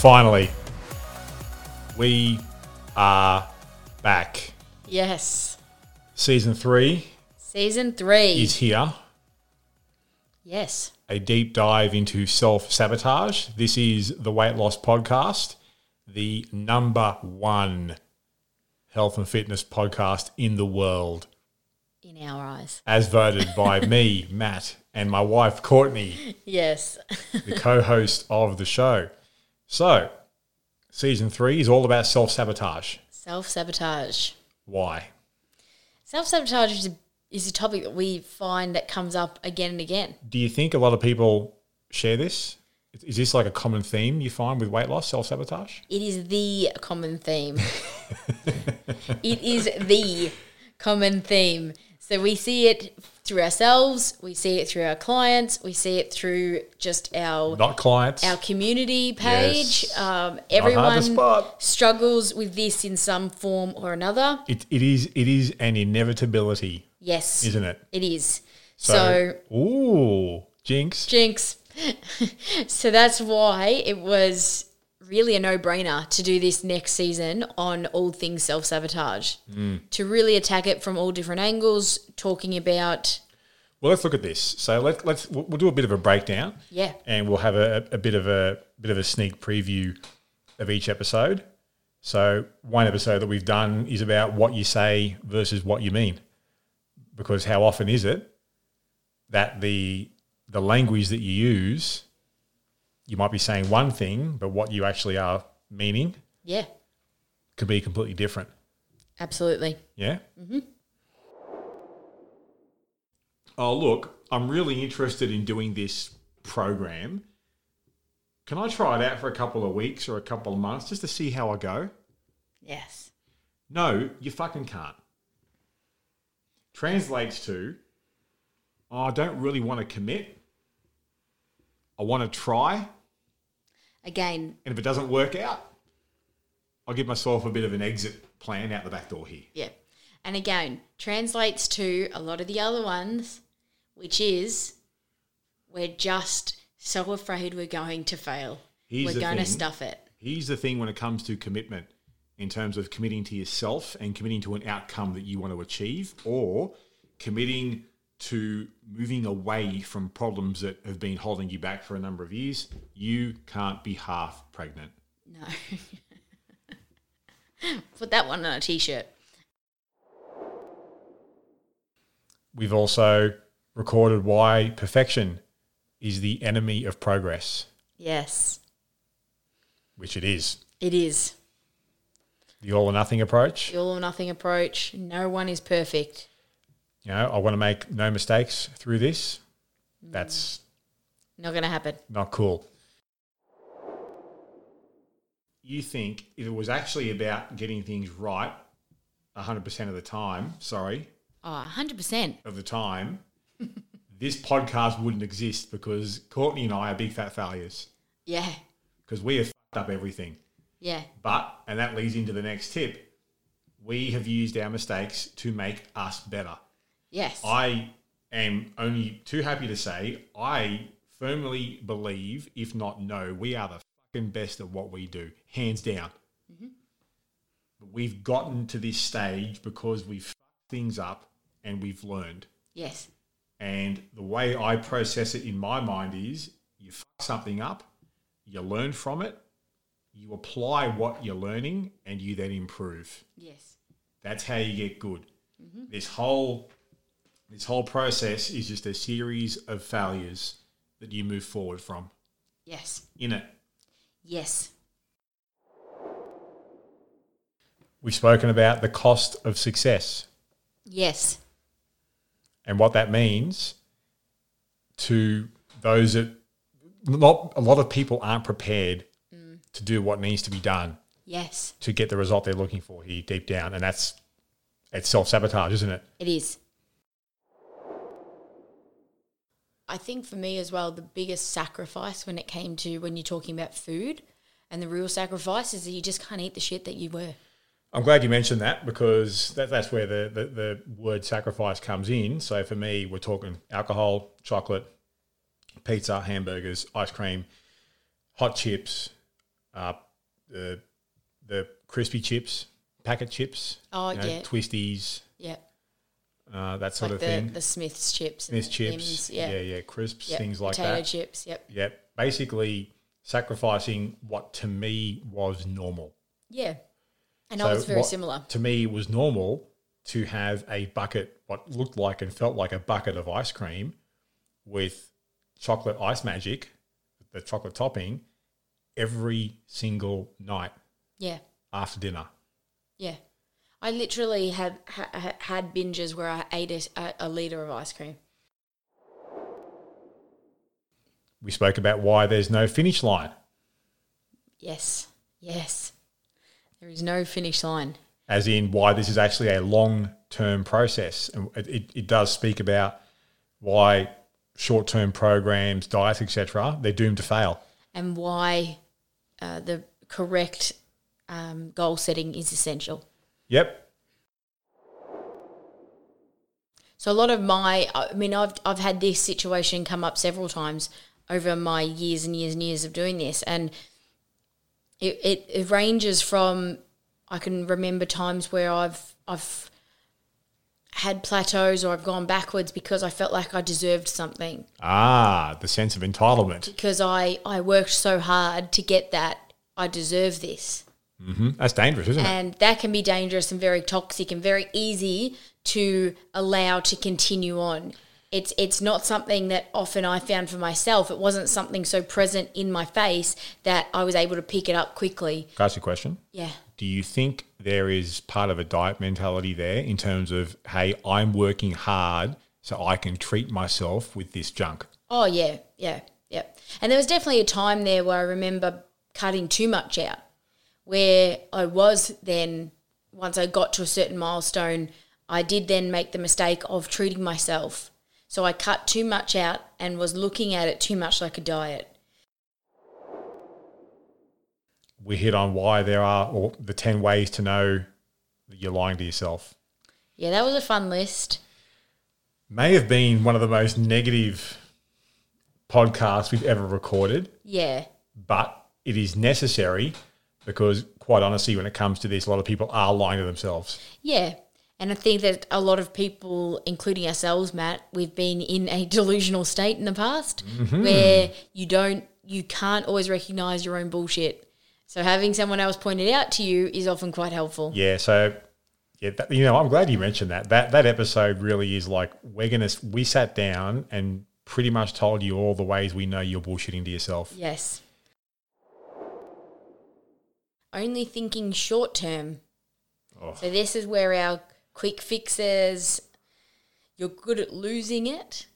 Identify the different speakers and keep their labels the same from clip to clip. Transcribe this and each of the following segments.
Speaker 1: finally, we are back.
Speaker 2: Yes.
Speaker 1: Season three
Speaker 2: Season three.
Speaker 1: is here.
Speaker 2: yes.
Speaker 1: A deep dive into self sabotage. This is the Weight Loss Podcast, the number one health and fitness podcast in the world,
Speaker 2: In our eyes.
Speaker 1: as voted by me, Matt, and my wife, Courtney,
Speaker 2: Yes.
Speaker 1: the co host of the show. So, season three is all about self sabotage.
Speaker 2: Self sabotage.
Speaker 1: Why?
Speaker 2: Self sabotage is a, is a topic that we find that comes up again and again.
Speaker 1: Do you think a lot of people share this? Is this like a common theme you find with weight loss, self sabotage?
Speaker 2: It is the common theme. it is the common theme. So we see it through ourselves, we see it through our clients, we see it through just our
Speaker 1: Not clients.
Speaker 2: our community page.
Speaker 1: Yes.
Speaker 2: Um,
Speaker 1: Not hard to
Speaker 2: everyone
Speaker 1: spot.
Speaker 2: struggles with this in some form or another.
Speaker 1: It, it is it is an inevitability,
Speaker 2: Yes.
Speaker 1: isn't it?
Speaker 2: It is. So,
Speaker 1: ooh, jinx.
Speaker 2: jinx. so that's why it was really a no-brainer to do this next season on all things self-sabotage.
Speaker 1: Mm.
Speaker 2: To really attack it from all different angles, talking about
Speaker 1: Well, let's look at this. So let, let's we'll we'll do a bit of a breakdown.
Speaker 2: Yeah.
Speaker 1: and we'll have a, a bit of a bit of a sneak preview of each episode. So one episode that we've done is about what you say versus what you mean, because how often is it that the the language that you use, you might be saying one thing, but what you actually are meaning
Speaker 2: yeah,
Speaker 1: could be completely different.
Speaker 2: absolutely.
Speaker 1: Yeah. Mm-hmm. Oh, look, I'm really interested in doing this program. Can I try it out for a couple of weeks or a couple of months just to see how I go?
Speaker 2: Yes.
Speaker 1: No, you fucking can't. Translates to, "Oh, I don't really want to commit. I want to try. And
Speaker 2: Again,
Speaker 1: if it doesn't work out, I'll give myself a bit of an exit plan out the back door here.
Speaker 2: yeah. And again, translates to a lot of the other ones, which is we're just so afraid we're going to fail.
Speaker 1: Here's the
Speaker 2: we're going to
Speaker 1: thing.
Speaker 2: stuff it.
Speaker 1: Here's the thing when it comes to commitment in terms of committing to yourself and committing to an outcome that you want to achieve or committing to moving away from problems that have been holding you back for a number of years, you can't be half pregnant.
Speaker 2: No. Put that one on a t shirt.
Speaker 1: We've also recorded why perfection is the enemy of progress,
Speaker 2: Yes,
Speaker 1: which it is.
Speaker 2: it is.
Speaker 1: The all or nothing approach.
Speaker 2: The all or nothing approach. No one is perfect.
Speaker 1: You know, I want to make no mistakes through this. That's
Speaker 2: Not going to happen.
Speaker 1: Not cool. You think if it was actually about getting things right 100% of the time, sorry,
Speaker 2: Oh, 100%.
Speaker 1: of the time, this podcast wouldn't exist because Courtney and I are big fat failures
Speaker 2: Yeah,
Speaker 1: because we have fucked up everything.
Speaker 2: yeah,
Speaker 1: But, and that leads into the next tip, we have used our mistakes to make us better.
Speaker 2: yes.
Speaker 1: I am only too happy to say I firmly believe, if not know, we are the fucking best at what we do, hands down. But We've gotten to this stage because we've fucked things up and we've learned.
Speaker 2: yes,
Speaker 1: And the way I process it in my mind is you fuck something up, you learn from it, you apply what you're learning, and you then improve.
Speaker 2: yes.
Speaker 1: That's how you get good. This whole this whole process is just a series of failures that you move forward from
Speaker 2: Yes,
Speaker 1: in it.
Speaker 2: yes.
Speaker 1: We've spoken about the cost of success
Speaker 2: Yes,
Speaker 1: and what that means to those that not a lot of people aren't prepared to do what needs to be done
Speaker 2: Yes,
Speaker 1: to get the result they're looking for here deep down. And that's it's self sabotage, isn't it?
Speaker 2: it is. I think for me as well, the biggest sacrifice when it came to when you're talking about food and the real sacrifice is that you just can't eat the shit that you were.
Speaker 1: I'm glad you mentioned that because that, that's where the, the, the word sacrifice comes in. So for me, we're talking alcohol, chocolate, pizza, hamburgers, ice cream, hot chips, uh, the, the crispy chips, packet chips,
Speaker 2: Oh, yeah.
Speaker 1: twisties,
Speaker 2: Yeah.
Speaker 1: uh, that sort
Speaker 2: like
Speaker 1: of
Speaker 2: the,
Speaker 1: thing.
Speaker 2: the Smith's chips. and
Speaker 1: Miss
Speaker 2: the
Speaker 1: chips,
Speaker 2: M's,
Speaker 1: yeah. yeah,
Speaker 2: Yep.
Speaker 1: crisps, things like
Speaker 2: Potato
Speaker 1: that.
Speaker 2: chips. Yep.
Speaker 1: Yeah, basically sacrificing what to me was normal.
Speaker 2: Yeah. And I was very
Speaker 1: what
Speaker 2: similar.
Speaker 1: To me, it was normal to have a bucket, what looked like and felt like a bucket of ice cream with chocolate ice magic, the chocolate topping, every single night
Speaker 2: Yeah.
Speaker 1: after dinner.
Speaker 2: Yeah. I literally had ha- ha- had binges where I ate a, a, a liter of ice cream.
Speaker 1: We spoke about why there's no finish line.
Speaker 2: Yes. Yes. There is no finish line.
Speaker 1: as in why this is actually a long term process. And it, it, it does speak about why short term programs, diets, etc., they're doomed to fail.
Speaker 2: And why uh, the correct um, goal setting is essential.
Speaker 1: Yep.
Speaker 2: So a lot of my, I mean, I've I've had this situation come up several times over my years and years and years of doing this, and it it, it ranges from I can remember times where I've I've had plateaus or I've gone backwards because I felt like I deserved something
Speaker 1: Ah, the sense of entitlement.
Speaker 2: because I I worked so hard to get that I deserve this.
Speaker 1: hmm That's dangerous, isn't it?
Speaker 2: And that can be dangerous and very toxic and very easy to allow to continue on. It's it's not something that often I found for myself. It wasn't something so present in my face that I was able to pick it up quickly.
Speaker 1: Can I ask you a question?
Speaker 2: Yeah.
Speaker 1: Do you think there is part of a diet mentality there in terms of, hey, I'm working hard so I can treat myself with this junk?
Speaker 2: Oh yeah, yeah, yeah. And there was definitely a time there where I remember cutting too much out, where I was then once I got to a certain milestone, I did then make the mistake of treating myself. So I cut too much out and was looking at it too much like a diet.
Speaker 1: We hit on why there are or the 10 ways to know that you're lying to yourself.
Speaker 2: Yeah, that was a fun list.
Speaker 1: may have been one of the most negative podcasts we've ever recorded,
Speaker 2: Yeah,
Speaker 1: but it is necessary because, quite honestly, when it comes to this, a lot of people are lying to themselves.
Speaker 2: yeah. And I think that a lot of people, including ourselves, Matt, we've been in a delusional state in the past
Speaker 1: Mm-hmm.
Speaker 2: where you don't, you can't always recognize your own bullshit. So having someone else point it out to you is often quite helpful.
Speaker 1: Yeah, so yeah, that, you know, I'm glad you mentioned that. That that episode really is like we're gonna. We sat down and pretty much told you all the ways we know you're bullshitting to yourself.
Speaker 2: Yes. Only thinking short term.
Speaker 1: Oh.
Speaker 2: So this is where our quick fixes. You're good at losing it,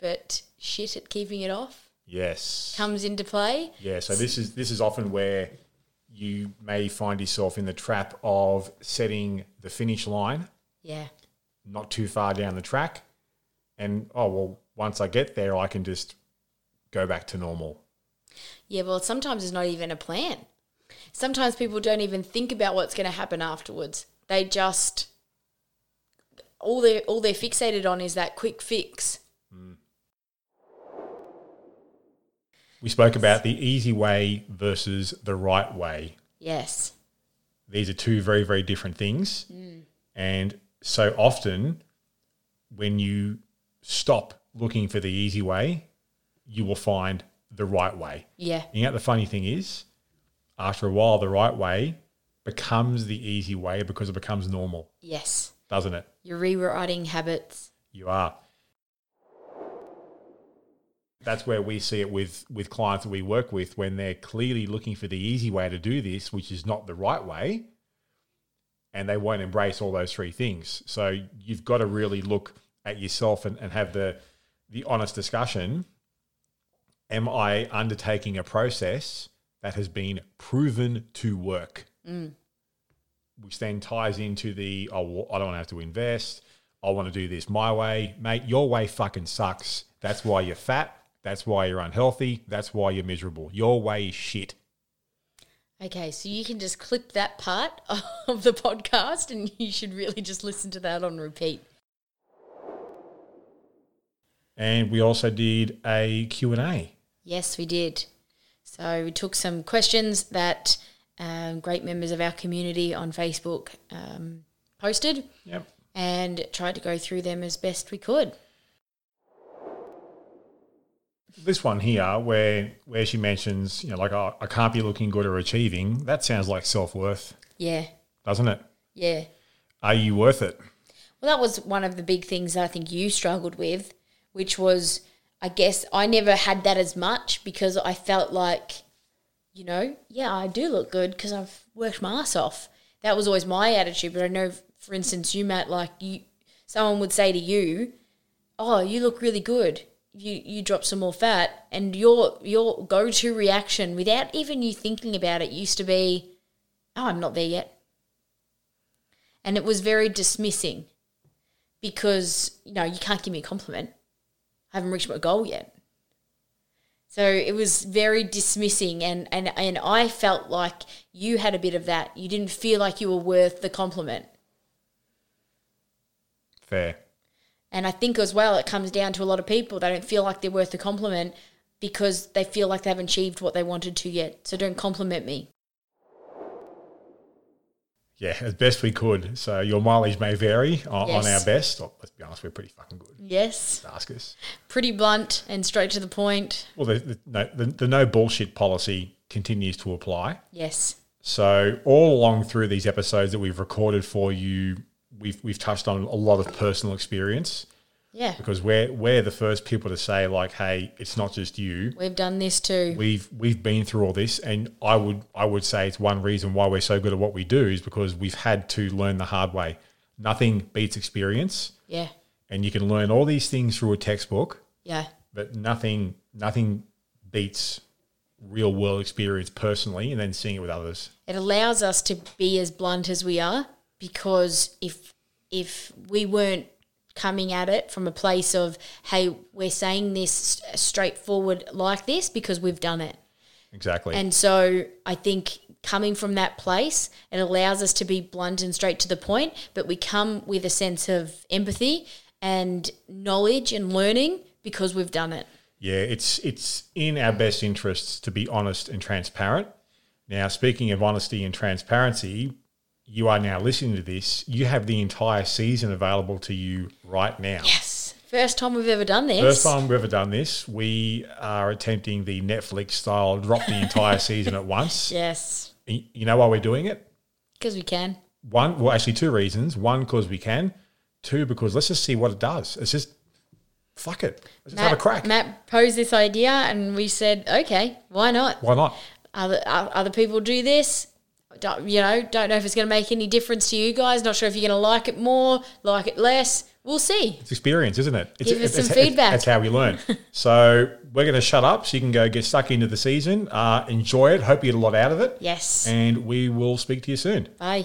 Speaker 2: but shit at keeping it off
Speaker 1: Yes.
Speaker 2: comes into play.
Speaker 1: Yeah, so this is this is often where you may find yourself in the trap of setting the finish line
Speaker 2: Yeah.
Speaker 1: not too far down the track. And oh, well, once I get there, I can just go back to normal.
Speaker 2: Yeah, well, sometimes it's not even a plan. Sometimes people don't even think about what's going to happen afterwards. They just all they all they're fixated on is that quick fix.
Speaker 1: We spoke about the easy way versus the right way.
Speaker 2: Yes.
Speaker 1: These are two very, very different things. And so often, when you stop looking for the easy way, you will find the right way.
Speaker 2: Yeah.
Speaker 1: You know, the funny thing is, after a while, the right way becomes the easy way because it becomes normal,
Speaker 2: Yes.
Speaker 1: doesn't it?
Speaker 2: You're rewriting habits.
Speaker 1: You are. That's where we see it with with clients that we work with when they're clearly looking for the easy way to do this, which is not the right way, and they won't embrace all those three things. So you've got to really look at yourself and, and have the the honest discussion. Am I undertaking a process that has been proven to work, which then ties into the oh, I don't want to have to invest. I want to do this my way, mate. Your way fucking sucks. That's why you're fat. That's why you're unhealthy. That's why you're miserable. Your way is shit.
Speaker 2: Okay, so you can just clip that part of the podcast and you should really just listen to that on repeat.
Speaker 1: And we also did a Q and A.
Speaker 2: Yes, we did. So we took some questions that um, great members of our community on Facebook um, posted
Speaker 1: Yep.
Speaker 2: and tried to go through them as best we could.
Speaker 1: this one here where where she mentions you know like oh, i can't be looking good or achieving that sounds like self-worth
Speaker 2: Yeah,
Speaker 1: doesn't it
Speaker 2: yeah.
Speaker 1: are you worth it
Speaker 2: Well, that was one of the big things that I think you struggled with, which was, I guess, I never had that as much because I felt like, you know, yeah, I do look good because I've worked my ass off. That was always my attitude. But I know, for instance, you, Matt, like you, someone would say to you, "Oh, you look really good. You you drop some more fat," and your your go to reaction, without even you thinking about it, used to be, "Oh, I'm not there yet," and it was very dismissing because you know you can't give me a compliment. I haven't reached my goal yet. So it was very dismissing, and and and I felt like you had a bit of that. You didn't feel like you were worth the compliment,
Speaker 1: fair
Speaker 2: and I think as well it comes down to a lot of people they don't feel like they're worth the compliment because they feel like they haven't achieved what they wanted to yet. So don't compliment me.
Speaker 1: yeah as best we could so your mileage may vary on, on
Speaker 2: Yes.
Speaker 1: our best Oh, let's be honest we're pretty fucking good
Speaker 2: Yes,
Speaker 1: ask us
Speaker 2: pretty blunt and straight to the point.
Speaker 1: well the, the, no, the, the no bullshit policy continues to apply
Speaker 2: Yes,
Speaker 1: So all along through these episodes that we've recorded for you, we've we've touched on a lot of personal experience
Speaker 2: yeah,
Speaker 1: because we're we're the first people to say like, hey, it's not just you.
Speaker 2: we've done this too.
Speaker 1: We've we've been through all this, and I would I would say it's one reason why we're so good at what we do is because we've had to learn the hard way. Nothing beats experience,
Speaker 2: Yeah,
Speaker 1: and you can learn all these things through a textbook,
Speaker 2: yeah,
Speaker 1: but nothing nothing beats real world experience personally, and then seeing it with others.
Speaker 2: it allows us to be as blunt as we are because if if we weren't coming at it from a place of hey we're saying this s- straightforward like this because we've done it
Speaker 1: Exactly.
Speaker 2: and so i think coming from that place it allows us to be blunt and straight to the point but we come with a sense of empathy and knowledge and learning because we've done it
Speaker 1: Yeah, it's it's in our best interests to be honest and transparent. Now, speaking of honesty and transparency, you are now listening to this. You have the entire season available to you right now.
Speaker 2: yes first time we've ever done this
Speaker 1: First time we've ever done this. We are attempting the Netflix style drop the entire season at once.
Speaker 2: yes
Speaker 1: Y- You know why we're doing it?
Speaker 2: because we can
Speaker 1: One, well, actually, two reasons. One, because we can. Two, because let's just see what it does. It's just fuck it. Let's just have a crack.
Speaker 2: Matt posed this idea, and we said, "Okay, why not?
Speaker 1: why not?
Speaker 2: Other o- other people do this. Don't, you know, don't know if it's going to make any difference to you guys. Not sure if you're going to like it more, like it less. We'll see.
Speaker 1: It's experience, isn't it? It's,
Speaker 2: Give us some feedback.
Speaker 1: That's how we learn. so we're going to shut up so you can go get stuck into the season. Uh, enjoy it. Hope you get a lot out of it.
Speaker 2: Yes.
Speaker 1: And we will speak to you soon.
Speaker 2: Bye."